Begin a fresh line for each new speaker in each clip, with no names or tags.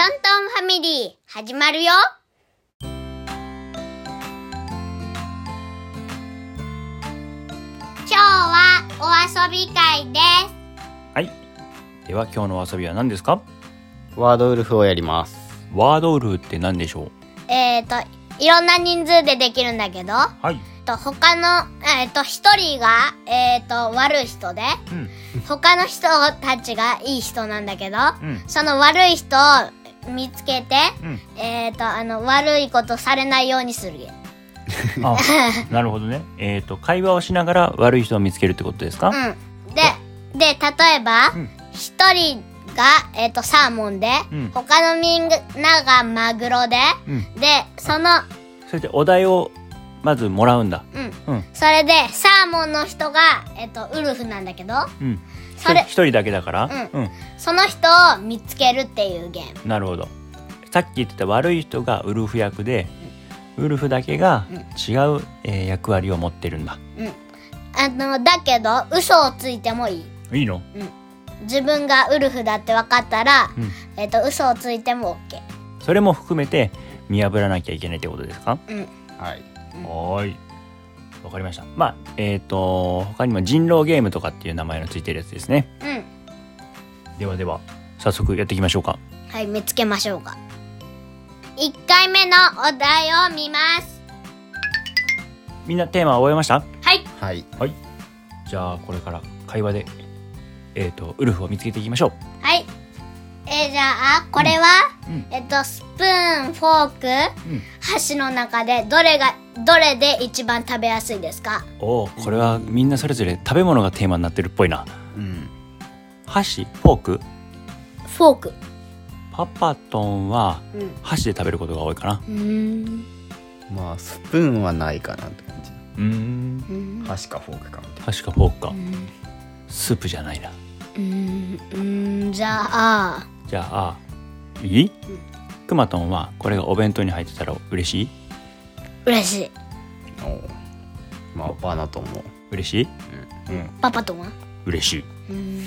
ァミリー始まるよ今日はお遊び会です
はい。では今日のお遊びは何ですか
ワードウルフをやります。
ワードウルフって何でしょう
えっ、といろんな人数でできるんだけど
はい。
と他のえっ、と一人がえっ、と悪い人で
うん。
他の人たちがいい人なんだけど
うん。
その悪い人を見つけて、
うん。
えっ、とあの悪いことされないようにするよ
あ、なるほどね。えっ、と、会話をしながら悪い人を見つけるってことですか、
うん、でで例えば
うん
一、人が、えー、とサーモンで、
うん
他のみんながマグロで
うん、
でその、
それでお題をまずもらうんだ。
うん、
うん。
それでサーモンの人が、えー、とウルフなんだけど
うん。
それ
一人だけだから、うん。
その人を見つけるっていうゲーム。
なるほど。さっき言ってた悪い人がウルフ役で、ウルフだけが違う、えー役割を持ってるんだ。
あのだけど嘘をついてもいい
いいの
自分がウルフだって分かったら、
うん
えー、と嘘をついても OK、
それも含めて見破らなきゃいけないってことですか
うん、
はい。
うん
はーい。わかりました。まあ、えっ、と、他にも人狼ゲームとかっていう名前のついてるやつですね。
うん
ではでは、早速やっていきましょうか。
はい、見つけましょうか。一回目のお題を見ます。
みんなテーマ終えました
はい、
はい。
じゃあ、これから会話で、えっ、と、ウルフを見つけていきましょう。
はい。えーじゃあ、これは、
うん
えっと、スプーン、フォーク、
うん
箸の中で、どれが、どれで一番食べやすいですか。
おお、これはみんなそれぞれ食べ物がテーマになってるっぽいな。
うん。
箸、フォーク、
フォーク。
パパトンは
うん。
箸で食べることが多いかな。
うーん。
まあスプーンはないかなって感じ。
うーん。
うーん。
箸かフォークかみたい
箸かフォークか
う。ん
スープじゃないな。
うーん。うーん。じゃあ、
じゃあ、いいくまとんはこれがお弁当に入ってたら嬉しい
嬉しい。
な。おうまあバナと思う。
嬉しいうん
パパとは。
嬉しい
うん。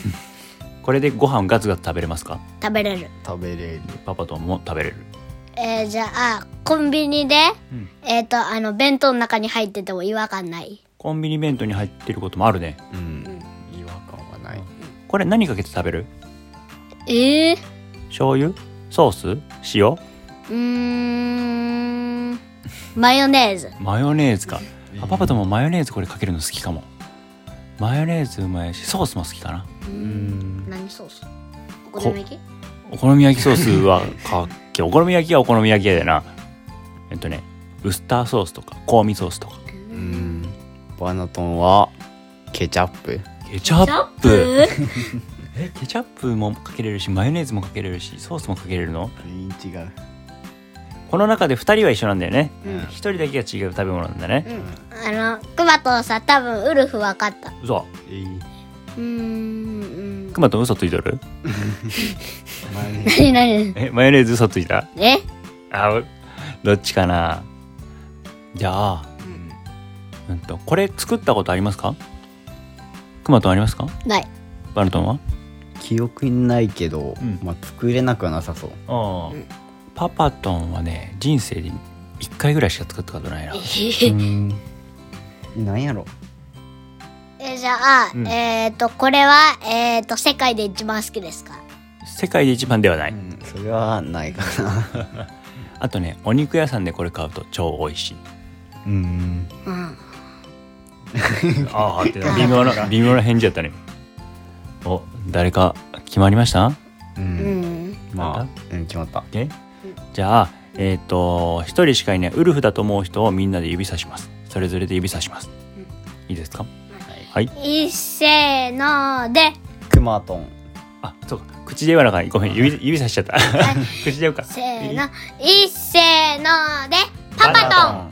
これでご飯ガツガツ食べれますか
食べれる。
食べれる。
パパとも食べれる
えーじゃあ、コンビニで、
うん
えっ、と、あの、弁当の中に入ってても違和感ない。
コンビニ弁当に入ってることもあるね
うん。違和感はない。
これ何かけて食べる
えー、
醤油ソース塩
うーん。マヨネーズ。
マヨネーズか
うん
あパパともマヨネーズこれかけるの好きかもマヨネーズうまいしソースも好きかな
うん。
何ソースお好み焼き
お好み焼きソースはかっ けお好み焼きはお好み焼きだよなえっとねウスターソースとか香味ソースとか
うん。バナトンはケチャップ。
ケチャ
チャッ
ップ
プ
えケチャップもかけれるしマヨネーズもかけれるしソースもかけれるの
違う。
この中で2人は一緒なんだよね
うん
一、人だけが違う食べ物なんだね、
うん。あの、クマとさ、多分ウルフ分かった。
嘘
えい。
うーん。
クマと嘘ついとる
マヨネーズ
何何
えマヨネーズ嘘ついた
え
あうどっちかなじゃあ、うんとこれ作ったことありますかクマとありますか
ない。
バルトンは
記憶にないけど
うん、
まあ作れなくはなさそう。
ああ、
うん
パパトンはね人生で1回ぐらいしか作ったことないな
うん。なんやろ。
えじゃあ、
うん
えっ、と、これは、えっ、と、世界で一番好きですか
世界で一番ではない、
うんそれはないかな。
あとねお肉屋さんでこれ買うと超美味しい
うん。
うん。
ああって微妙な微妙な返事や ったねお誰か決まりました
う。
うんん。
まあ、うん、決まった。
ねじゃあえっ、と一人しかいないウルフだと思う人をみんなで指さしますそれぞれで指さしますいいですかはい
いっせーので。
クマトン。
あそうか口で言わなあかったごめん指指さしちゃった 口で言うか
せーの、いっせーので、パパトン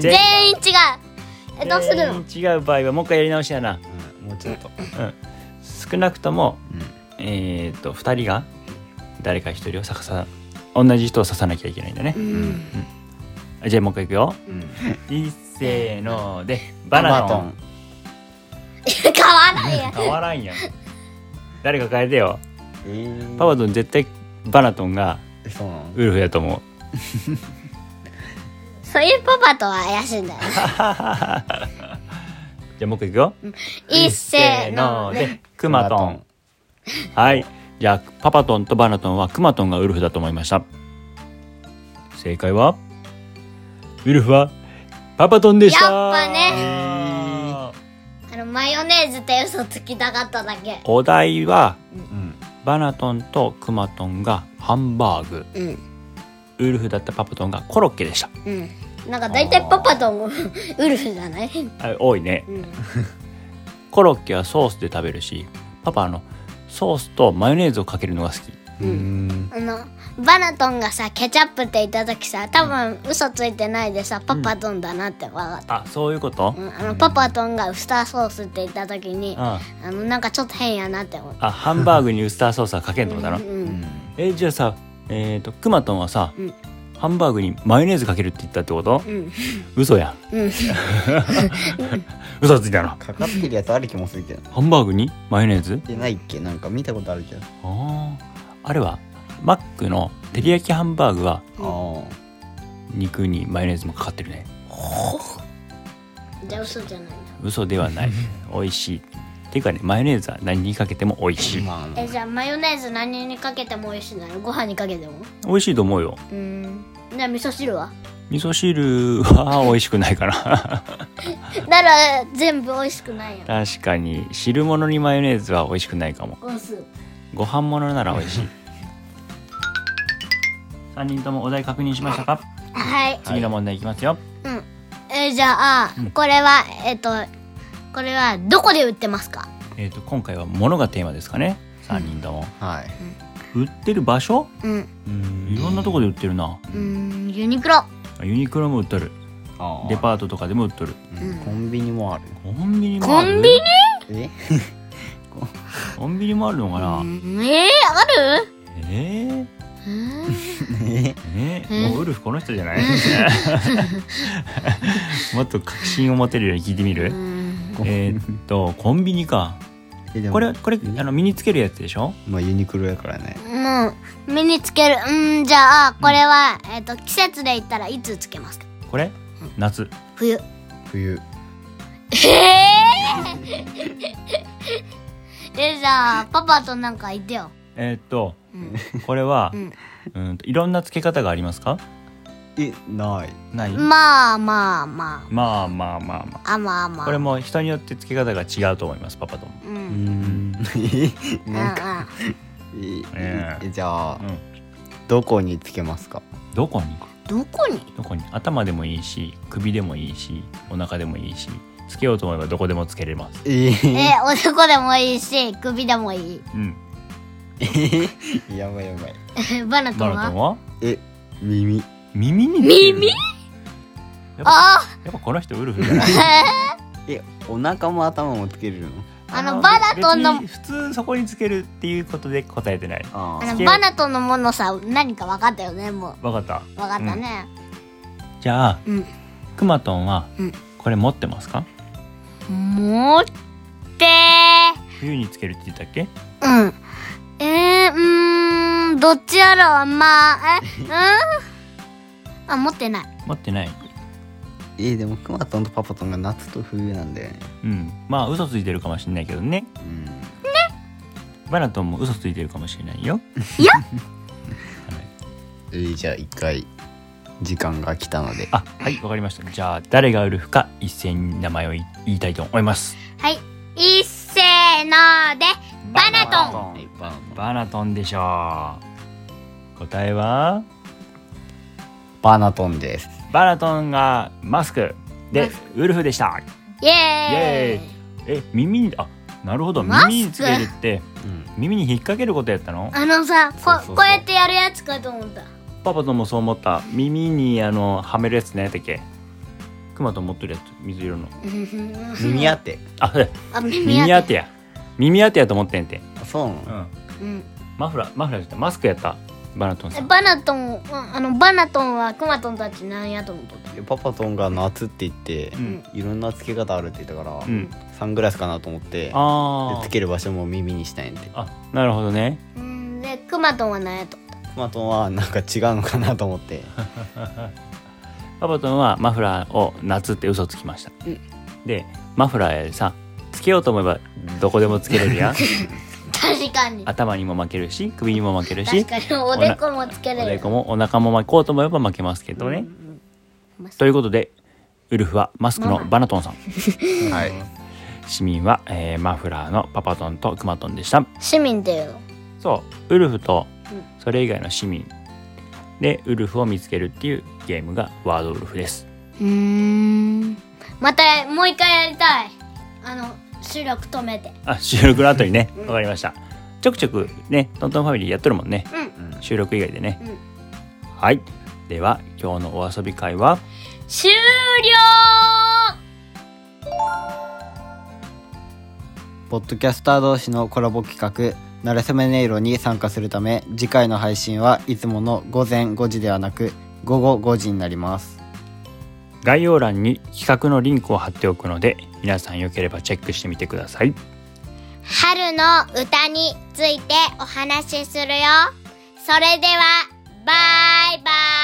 全
全員違うえ、どうするの
全員違う場合はもう一回やり直しやな
うん、もうちょっと。
少なくとも
う
えっ、と二人が誰か一人を逆さ同じ人を刺さなきゃいけないんだね
う、ん
あじゃあもう一回いくよ
ん。
いっせーので
バ
バナ
ナ
ト
ト
ン
ン。
変わらんやん
変わらんやん誰か変えてよ
えー
パパトン絶対バナトンが
そうなの
ウルフやと思う
そういうパパとは怪しいんだよね。
じゃあもう一回いくよ
いっせーので。
クマトンはいじゃあパパトンとバナトンはクマトンがウルフだと思いました正解はウルフはパパトンでした
やっぱねあのマヨネーズって嘘つきたかっただけ。
お題は
うん
バナトンとクマトンがハンバーグ
うん。
ウルフだったパパトンがコロッケでした
うん。なんか大体パパとも ウルフじゃない
あ多いね
うん。
コロッケはソースで食べるしパパあのソースとマヨネーズをかけるのが好き
うーん
あのバナトンがさケチャップって言った時さ多分嘘ついてないでさパパトンだなって分かっ
あそういうこと
た、うん、あのパパトンがウスターソースって言った時に
うん
あのなんかちょっと変やなって思った
あハンバーグにウスターソースはかけんってことだな
うんう
うんん
えじゃあさえっ、とくまとんはさ、
うん
ハンバーグにマヨネーズかけるって言ったってこと
うん
嘘やん
うん
嘘ついたな
かかってるやつある気もするけど
ハンバーグにマヨネーズ
でないっけなんか見たことあるけど
あーあれはマックの照り焼きハンバーグは
あ
肉にマヨネーズもかかってるね
じゃあ嘘じゃないな
嘘では ない美味しいっていうかねマヨネーズは何にかけても美味し
あ
い
まあ
えじゃあマヨネーズ何にかけても美味しいなのご飯にかけても
美味しいと思うよ
うんじゃあ味噌汁は
味噌汁は美味しくないかな
なら全部美味しくないやん
確かに汁物にマヨネーズは美味しくないかも
ゴンス
ご飯物なら美味し い3人ともお題確認しましたか
はい
次の問題いきますよ、
えーじゃあ、これはえっ、とこれはどこで売ってますか
えっ、と今回は物がテーマですかね3人とも、
はい
売ってる場所
うん
いろんなとこで売ってるな
うんユニクロ
ユニクロも売っとる
あー
デパートとかでも売っとる
うんコンビニもある
コンビニも
コ
ある
ンビニ
え
コンビニもあるのかな、
うんえー、ある
えー、
ね
ね
うん
もうウルフこの人じゃない もっと確信を持てるように聞いてみ
う
る
ん
えーっとコンビニか
えでも
これこれあの身につけるやつでしょ
まあユニクロやからね
もう身につけるうんじゃあこれは、えっ、と季節で言ったらいつつけますか
これ夏
冬
冬
えー、えじゃあパパとなんか言ってよ
えーっと
うん
これは
うん
うんといろんなつけ方がありますか
えない
ない
まあまあま
まあまあまあま
ああまあま
あ
あ
これも人によってつけ方が違うと思いますパパとも
う
うんん
うん
なんか
う
え
え
えじゃあ
うん
どこにつけますか
どこに
んどこに
どこに頭でもいいし首でもいいしお腹でもいいしつけようと思えばどこでもつけれます
え
え
おでこでもいいし首でもいい
うん
ーやばいやばい
バナト
バ
ン
ナトン
は
は
え耳
耳につける
耳
やっぱ
あ
やっぱこの人ウルフじゃない
あ
えお腹も頭もつけれるの
あのバナトンの
別に普通そこにつけるっていうことで答えてない
あ
あ
ー
のバナトンのものさ何か分かったよねもう
わかった
分かったね
じゃあ
うん、
くまとんは
うん
これ持ってますか
持って
冬につけるって言ったっけ
うんえー、うーんどっちやろうまあえうんあ持ってない
持ってない
えでもクマトンとパパトンが夏と冬なんだよね
うんまあ嘘ついてるかもしれないけどね
うん
バナトンも嘘ついてるかもしれないよ
えーじゃあ一回時間が来たので
あはいわかりましたじゃあ誰がウルフか一斉に名前を言いたいと思います
はいいっせーのでバナトン
はいバナトン
バナトンでしょう答えは
バナトンです
バナトンがマスクでウルフでした
イエーイ
イエえ耳にあなるほど
マスク
耳につけるって
うん
耳に引っ掛けることやったの
あのさこ
そうそうそう
こうやってやるやつかと思った
パパともそう思った耳にあのはめるやつねだっけクマと持ってるやつ水色の
耳当て
あそうや
あ耳
耳
当
当
て
てや耳当てやと思ってんて、
あそうなの
うん、
うん
マフラーマフラーじゃないマスクやったバナトンさん
バナトンああのバナトンはクマトンたちなんやと思っとった
でパパトンが夏って言って
うん、
いろんなつけ方あるって言ったから、
うん、
サングラスかなと思ってで
あ
つ
ー
ける場所も耳にしたいんで
あなるほどね
うんでクマトンはなんやと思った
マトンはなんか違うのかなと思って
パパトンはマフラーを夏って嘘つきました、
うん
でマフラーやさつけようと思えばどこでもつけれる やん
確かに
頭にも巻けるし首にも巻けるし
確かにおでこもつけ
お
れ
で
る
こもお腹も巻こうと思えば巻けますけどね、ということでウルフはマスクのバナトンさん
はい
市民は、えーマフラーのパパトンとクマトンでした
市民っていうの
そうウルフと
うん
それ以外の市民でウルフを見つけるっていうゲームがワードウルフです
うーんまたもう一回やりたいあの収録止めて
あ収録の後にねわかりましたちょくちょくねトントンファミリーやっとるもんね
うん
収録以外でね、
うん
はいでは今日のお遊び会は
終了
ポッドキャスター同士のコラボ企画「なれそめ音色」に参加するため次回の配信はいつもの午前5時ではなく午後5時になります
概要欄に企画のリンクを貼っておくので皆さんよければチェックしてみてください
春の歌についてお話しするよそれではバイバイ